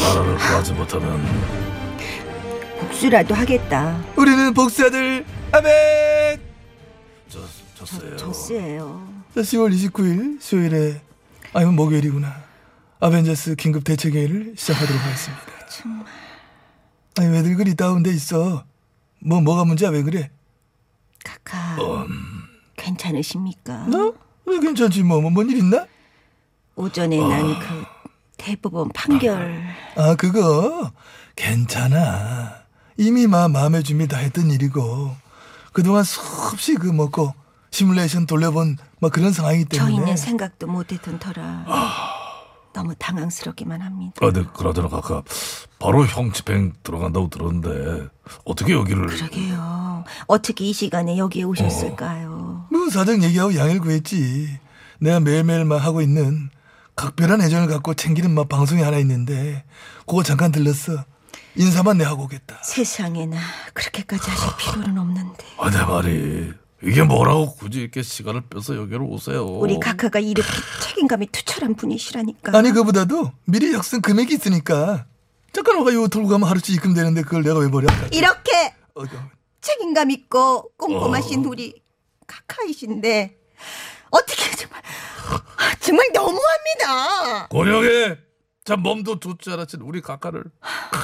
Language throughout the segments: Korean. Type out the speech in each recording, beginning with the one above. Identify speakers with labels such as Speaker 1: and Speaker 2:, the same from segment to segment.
Speaker 1: 나라를 구하지 못하면
Speaker 2: 복수라도 하겠다.
Speaker 3: 우리는 복수아들 아멘
Speaker 1: 저, 졌어요.
Speaker 2: 저스예요.
Speaker 3: 자, 10월 29일 수요일에 아니면 목요일이구나 아벤져스 긴급 대책회의를 시작하도록 하겠습니다 아니 왜들 그리 다운돼 있어 뭐 뭐가 문제야 왜 그래
Speaker 2: 카카. 괜찮으십니까?
Speaker 3: 나? 왜 괜찮지 뭐뭔일 있나?
Speaker 2: 오전에 난 그 대법원 판결
Speaker 3: 아 그거 괜찮아 이미 마 마음의 준비 다 했던 일이고 그동안 수없이 그 먹고 시뮬레이션 돌려본 막 그런 상황이기 때문에
Speaker 2: 저희는 생각도 못했던 터라 너무 당황스럽기만 합니다.
Speaker 1: 아, 네, 그러잖아, 아까 바로 형 집행 들어간다고 들었는데 어떻게 여기를
Speaker 2: 그러게요. 어떻게 이 시간에 여기에 오셨을까요?
Speaker 3: 문 사장 얘기하고 양해를 구했지. 내가 매일매일 막 하고 있는 각별한 애정을 갖고 챙기는 막 방송이 하나 있는데 그거 잠깐 들렀어. 인사만 내 하고 오겠다.
Speaker 2: 세상에나 그렇게까지 하실 필요는 없는데
Speaker 1: 아, 내 말이 이게 뭐라고 굳이 이렇게 시간을 빼서 여기로 오세요.
Speaker 2: 우리 각하가 이렇게 책임감이 투철한 분이시라니까.
Speaker 3: 아니 그보다도 미리 약속 금액이 있으니까 잠깐 와가 요 돌고 가면 하루씩 입금되는데 그걸 내가 왜 버려?
Speaker 2: 이렇게
Speaker 3: 어, 어.
Speaker 2: 책임감 있고 꼼꼼하신 우리 카카이신데 어떻게 정말 아, 정말 너무합니다.
Speaker 1: 권영에 참 몸도 좋지 않았진 우리 각하를 크,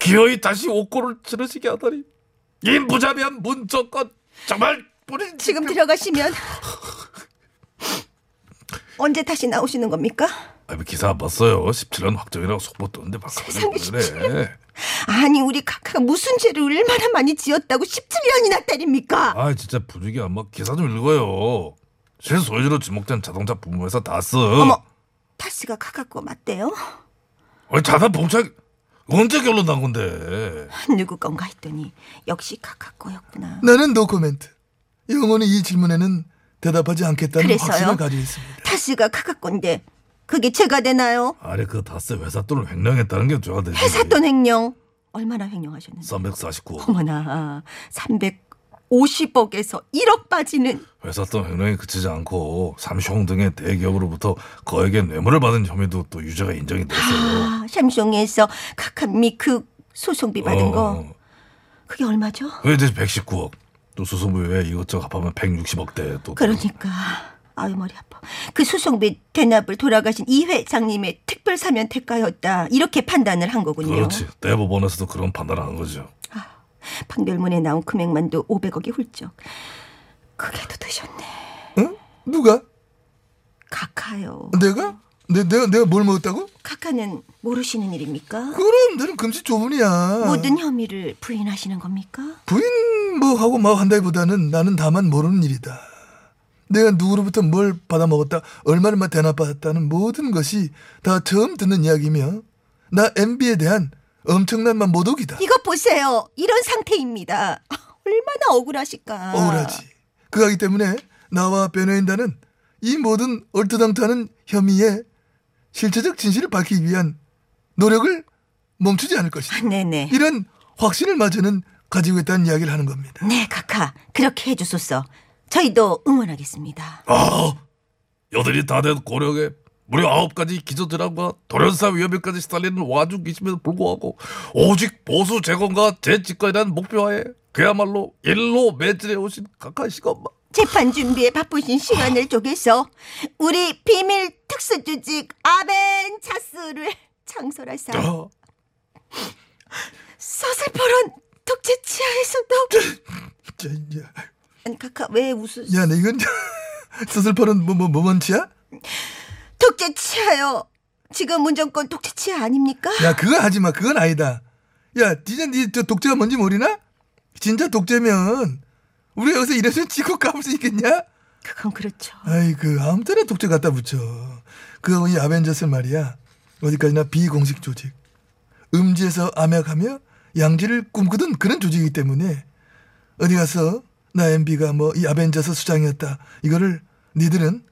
Speaker 1: 기어이 다시 옥고를 치르시게 하다니 이 무자비한 문정권 정말 본인
Speaker 2: 지금 들어가시면 언제 다시 나오시는 겁니까?
Speaker 1: 아, 왜 기사 안 봤어요. 17년 확정이라고 속보 떴는데 막
Speaker 2: 세상에,
Speaker 1: 그래.
Speaker 2: 아니 우리 카카가 무슨 죄를 얼마나 많이 지었다고 17년이나 때립니까?
Speaker 1: 아 진짜 분위기 안막 기사 좀 읽어요. 실소유로 지목된 자동차 부모회사 다스.
Speaker 2: 어머 타스가 카카고 맞대요?
Speaker 1: 아니 자산 봉착 언제 결론 난 건데?
Speaker 2: 누구 건가 했더니 역시 카카고였구나.
Speaker 3: 나는 노코멘트. 영원히 이 질문에는 대답하지 않겠다는
Speaker 2: 그래서요?
Speaker 3: 확신을 가지고 있습니다.
Speaker 2: 타스가 카카고인데 그게 죄가 되나요?
Speaker 1: 아니 그 다스 회사 돈을 횡령했다는 게 죄가 되지.
Speaker 2: 회사 돈 횡령 얼마나 횡령하셨는지.
Speaker 1: 349억.
Speaker 2: 어머나 아, 350억에서 1억 빠지는
Speaker 1: 회사 돈 횡령에 그치지 않고 삼성 등의 대기업으로부터 거액의 뇌물을 받은 혐의도 또 유죄가 인정이 됐어요.
Speaker 2: 아, 샘송에서 카카미 그 소송비 받은
Speaker 1: 어,
Speaker 2: 거 그게 얼마죠?
Speaker 1: 왜 이제 119억. 또 수소부에 이것저것 합하면 160억대 또.
Speaker 2: 그러니까 아유 머리 아파. 그 소송비 대납을 돌아가신 이 회장님의 특별 사면 대가였다 이렇게 판단을 한 거군요.
Speaker 1: 그렇지. 대법원에서도 그런 판단을 한 거죠.
Speaker 2: 아, 판결문에 나온 금액만도 500억이 훌쩍. 그게 더 드셨네.
Speaker 3: 응? 누가?
Speaker 2: 카카요.
Speaker 3: 내가? 내, 내가 내가 뭘 먹었다고?
Speaker 2: 카카는 모르시는 일입니까?
Speaker 3: 그럼 나는 금시
Speaker 1: 어.
Speaker 3: 조문이야.
Speaker 2: 모든 혐의를 부인하시는 겁니까?
Speaker 3: 부인 뭐 하고 막 한다기보다는 나는 다만 모르는 일이다. 내가 누구로부터 뭘 받아먹었다, 얼마를 막 대납받았다는 모든 것이 다 처음 듣는 이야기며 나 MB에 대한 엄청난 막 모독이다.
Speaker 2: 이거 보세요. 이런 상태입니다. 얼마나 억울하실까.
Speaker 3: 억울하지. 그하기 때문에 나와 변호인단은 이 모든 얼토당토하는 혐의의 실체적 진실을 밝히기 위한 노력을 멈추지 않을 것이다.
Speaker 2: 아, 네네.
Speaker 3: 이런 확신을 마저는 가지고 있다는 이야기를 하는 겁니다.
Speaker 2: 네, 카카. 그렇게 해주소서. 저희도 응원하겠습니다.
Speaker 1: 아, 여들이 다 된 고령에 무려 아홉 가지 기저질환과 돌연사 위험에까지 시달리는 와중이심에도 불구하고 오직 보수 재건과 재집권이라는 목표하에 그야말로 일로 매진해 오신 각한 시간만
Speaker 2: 재판 준비에 바쁘신 시간을 쪼개서 우리 비밀 특수조직 아벤차스를 창설할 사람
Speaker 1: 아,
Speaker 2: 서슬퍼런 독재 치하에서도
Speaker 3: 자, 이제
Speaker 2: 아니 카카 왜 웃으세요?
Speaker 3: 야, 내 이건 서슬퍼런 뭐, 뭐, 뭐먼치야?
Speaker 2: 독재 치하요. 지금 문정권 독재 치하 아닙니까?
Speaker 3: 야, 그거 하지 마. 그건 아니다. 야, 니네, 니저 독재가 뭔지 모르나? 진짜 독재면, 우리가 여기서 이래서 지고 까불 수 있겠냐?
Speaker 2: 그건 그렇죠.
Speaker 3: 아이 그 아무 때나 독재 갖다 붙여. 그이 아벤져스는 말이야 어디까지나 비공식 조직, 음지에서 암약하며 양지를 꿈꾸던 그런 조직이기 때문에 어디 가서 나 MB가 뭐 이 아벤져스 수장이었다 이거를 니들은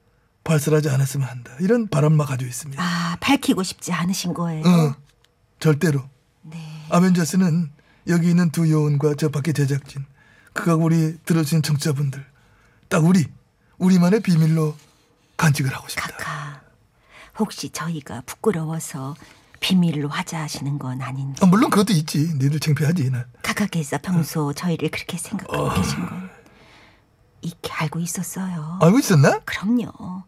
Speaker 3: 발설하지 않았으면 한다 이런 바람만 가지고 있습니다.
Speaker 2: 아, 밝히고 싶지 않으신 거예요.
Speaker 3: 어, 절대로.
Speaker 2: 네.
Speaker 3: 아벤져스는 여기 있는 두 요원과 저 밖에 제작진, 그가 우리 들어주신 청취자분들, 딱 우리, 우리만의 비밀로 간직을 하고 싶다.
Speaker 2: 카카. 혹시 저희가 부끄러워서 비밀로 하자 하시는 건 아닌지.
Speaker 3: 아, 물론 그것도 있지. 니들 창피하지, 나.
Speaker 2: 카카께서 평소 저희를 그렇게 생각하고 계신 건 익히 알고 있었어요.
Speaker 3: 알고 있었나?
Speaker 2: 그럼요.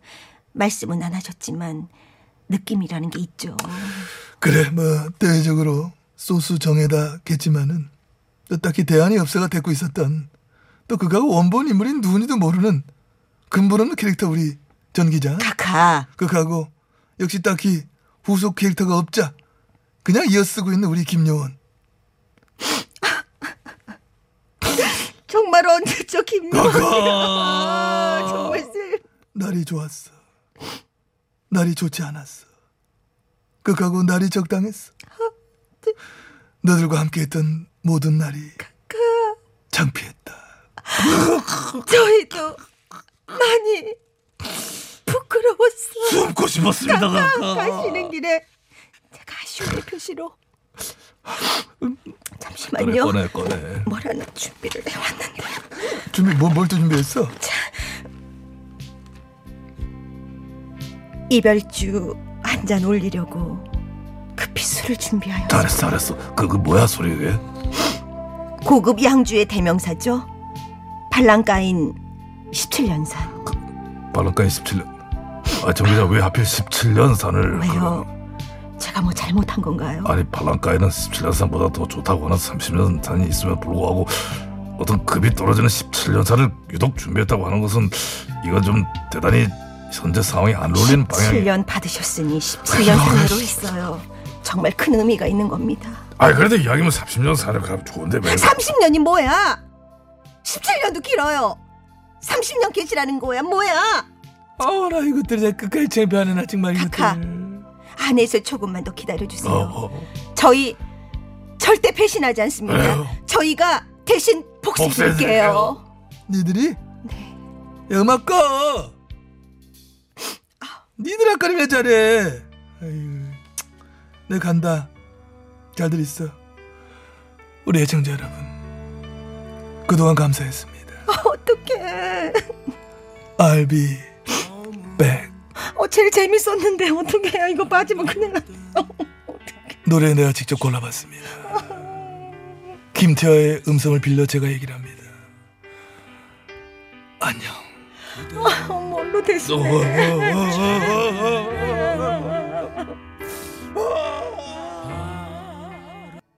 Speaker 2: 말씀은 안 하셨지만 느낌이라는 게 있죠.
Speaker 3: 그래, 뭐, 대외적으로 소수 정해다 겠지만은, 또 딱히 대안이 없어가 됐고 있었던, 또 그가 원본 인물인 누군지도 모르는 근본 없는 캐릭터 우리 전 기자.
Speaker 2: 카카.
Speaker 3: 극하고 역시 딱히 후속 캐릭터가 없자 그냥 이어쓰고 있는 우리 김요원
Speaker 2: 정말 언제적 김요
Speaker 1: 아가.
Speaker 2: 정말 슬.
Speaker 3: 날이 좋았어 날이 좋지 않았어 극하고 날이 적당했어 너들과 함께했던 모든 날이 창피했다
Speaker 2: 저희도 많이 부끄러웠어.
Speaker 1: 숨고 싶었습니다. 아까.
Speaker 2: 가시는 길에 제가 아쉬움의 표시로
Speaker 1: 그래,
Speaker 2: 잠시만요.
Speaker 1: 꺼내 꺼내.
Speaker 2: 뭘 하나 준비를 해왔는데
Speaker 3: 준비 뭐, 뭘 또 준비했어?
Speaker 2: 이별주 한 잔 올리려고 급히 술을 준비하여
Speaker 1: 잘했어 잘했어. 그그 뭐야 소리 그게?
Speaker 2: 고급 양주의 대명사죠. 발랑가인 17년산
Speaker 1: 발랑가이 17년. 아 정기자 왜 하필 17년 산을?
Speaker 2: 왜요? 제가 뭐 잘못한 건가요?
Speaker 1: 아니 발랑가에는 17년산보다 더 좋다고 하는 30년산이 있음에도 불구하고 어떤 급이 떨어지는 17년산을 유독 준비했다고 하는 것은 이건 좀 대단히 현재 상황이 안 어울리는 방향이
Speaker 2: 7년 받으셨으니 17년 산으로 했어요. 정말 큰 의미가 있는 겁니다.
Speaker 1: 아니 그래도 이왕이면 30년산을 가면 좋은데 왜
Speaker 2: 30년이 뭐야? 17년도 길어요. 30년 계시라는 거야 뭐야?
Speaker 3: 아나 이것들 내 끝까지 창피하네 나 정말
Speaker 2: 카카. 안에서 조금만 더 기다려주세요.
Speaker 1: 어, 어.
Speaker 2: 저희 절대 배신하지 않습니다.
Speaker 1: 에휴.
Speaker 2: 저희가 대신 복수해드릴게요.
Speaker 3: 니들이?
Speaker 2: 네.
Speaker 3: 야, 음악 꺼! 니들 아까는 왜 잘해? 아유, 내 간다. 잘들 있어. 우리 애청자 여러분. 그동안 감사했습니다.
Speaker 2: 어떡해.
Speaker 3: I'll be back.
Speaker 2: 어, 제일 재밌었는데 어떡해. 이거 빠지면 큰일 나.
Speaker 3: 노래 내가 직접 골라봤습니다. 김태화의 음성을 빌려 제가 얘기를 합니다. 안녕.
Speaker 2: 어, 뭘로 대신해.
Speaker 3: 어, 어, 어.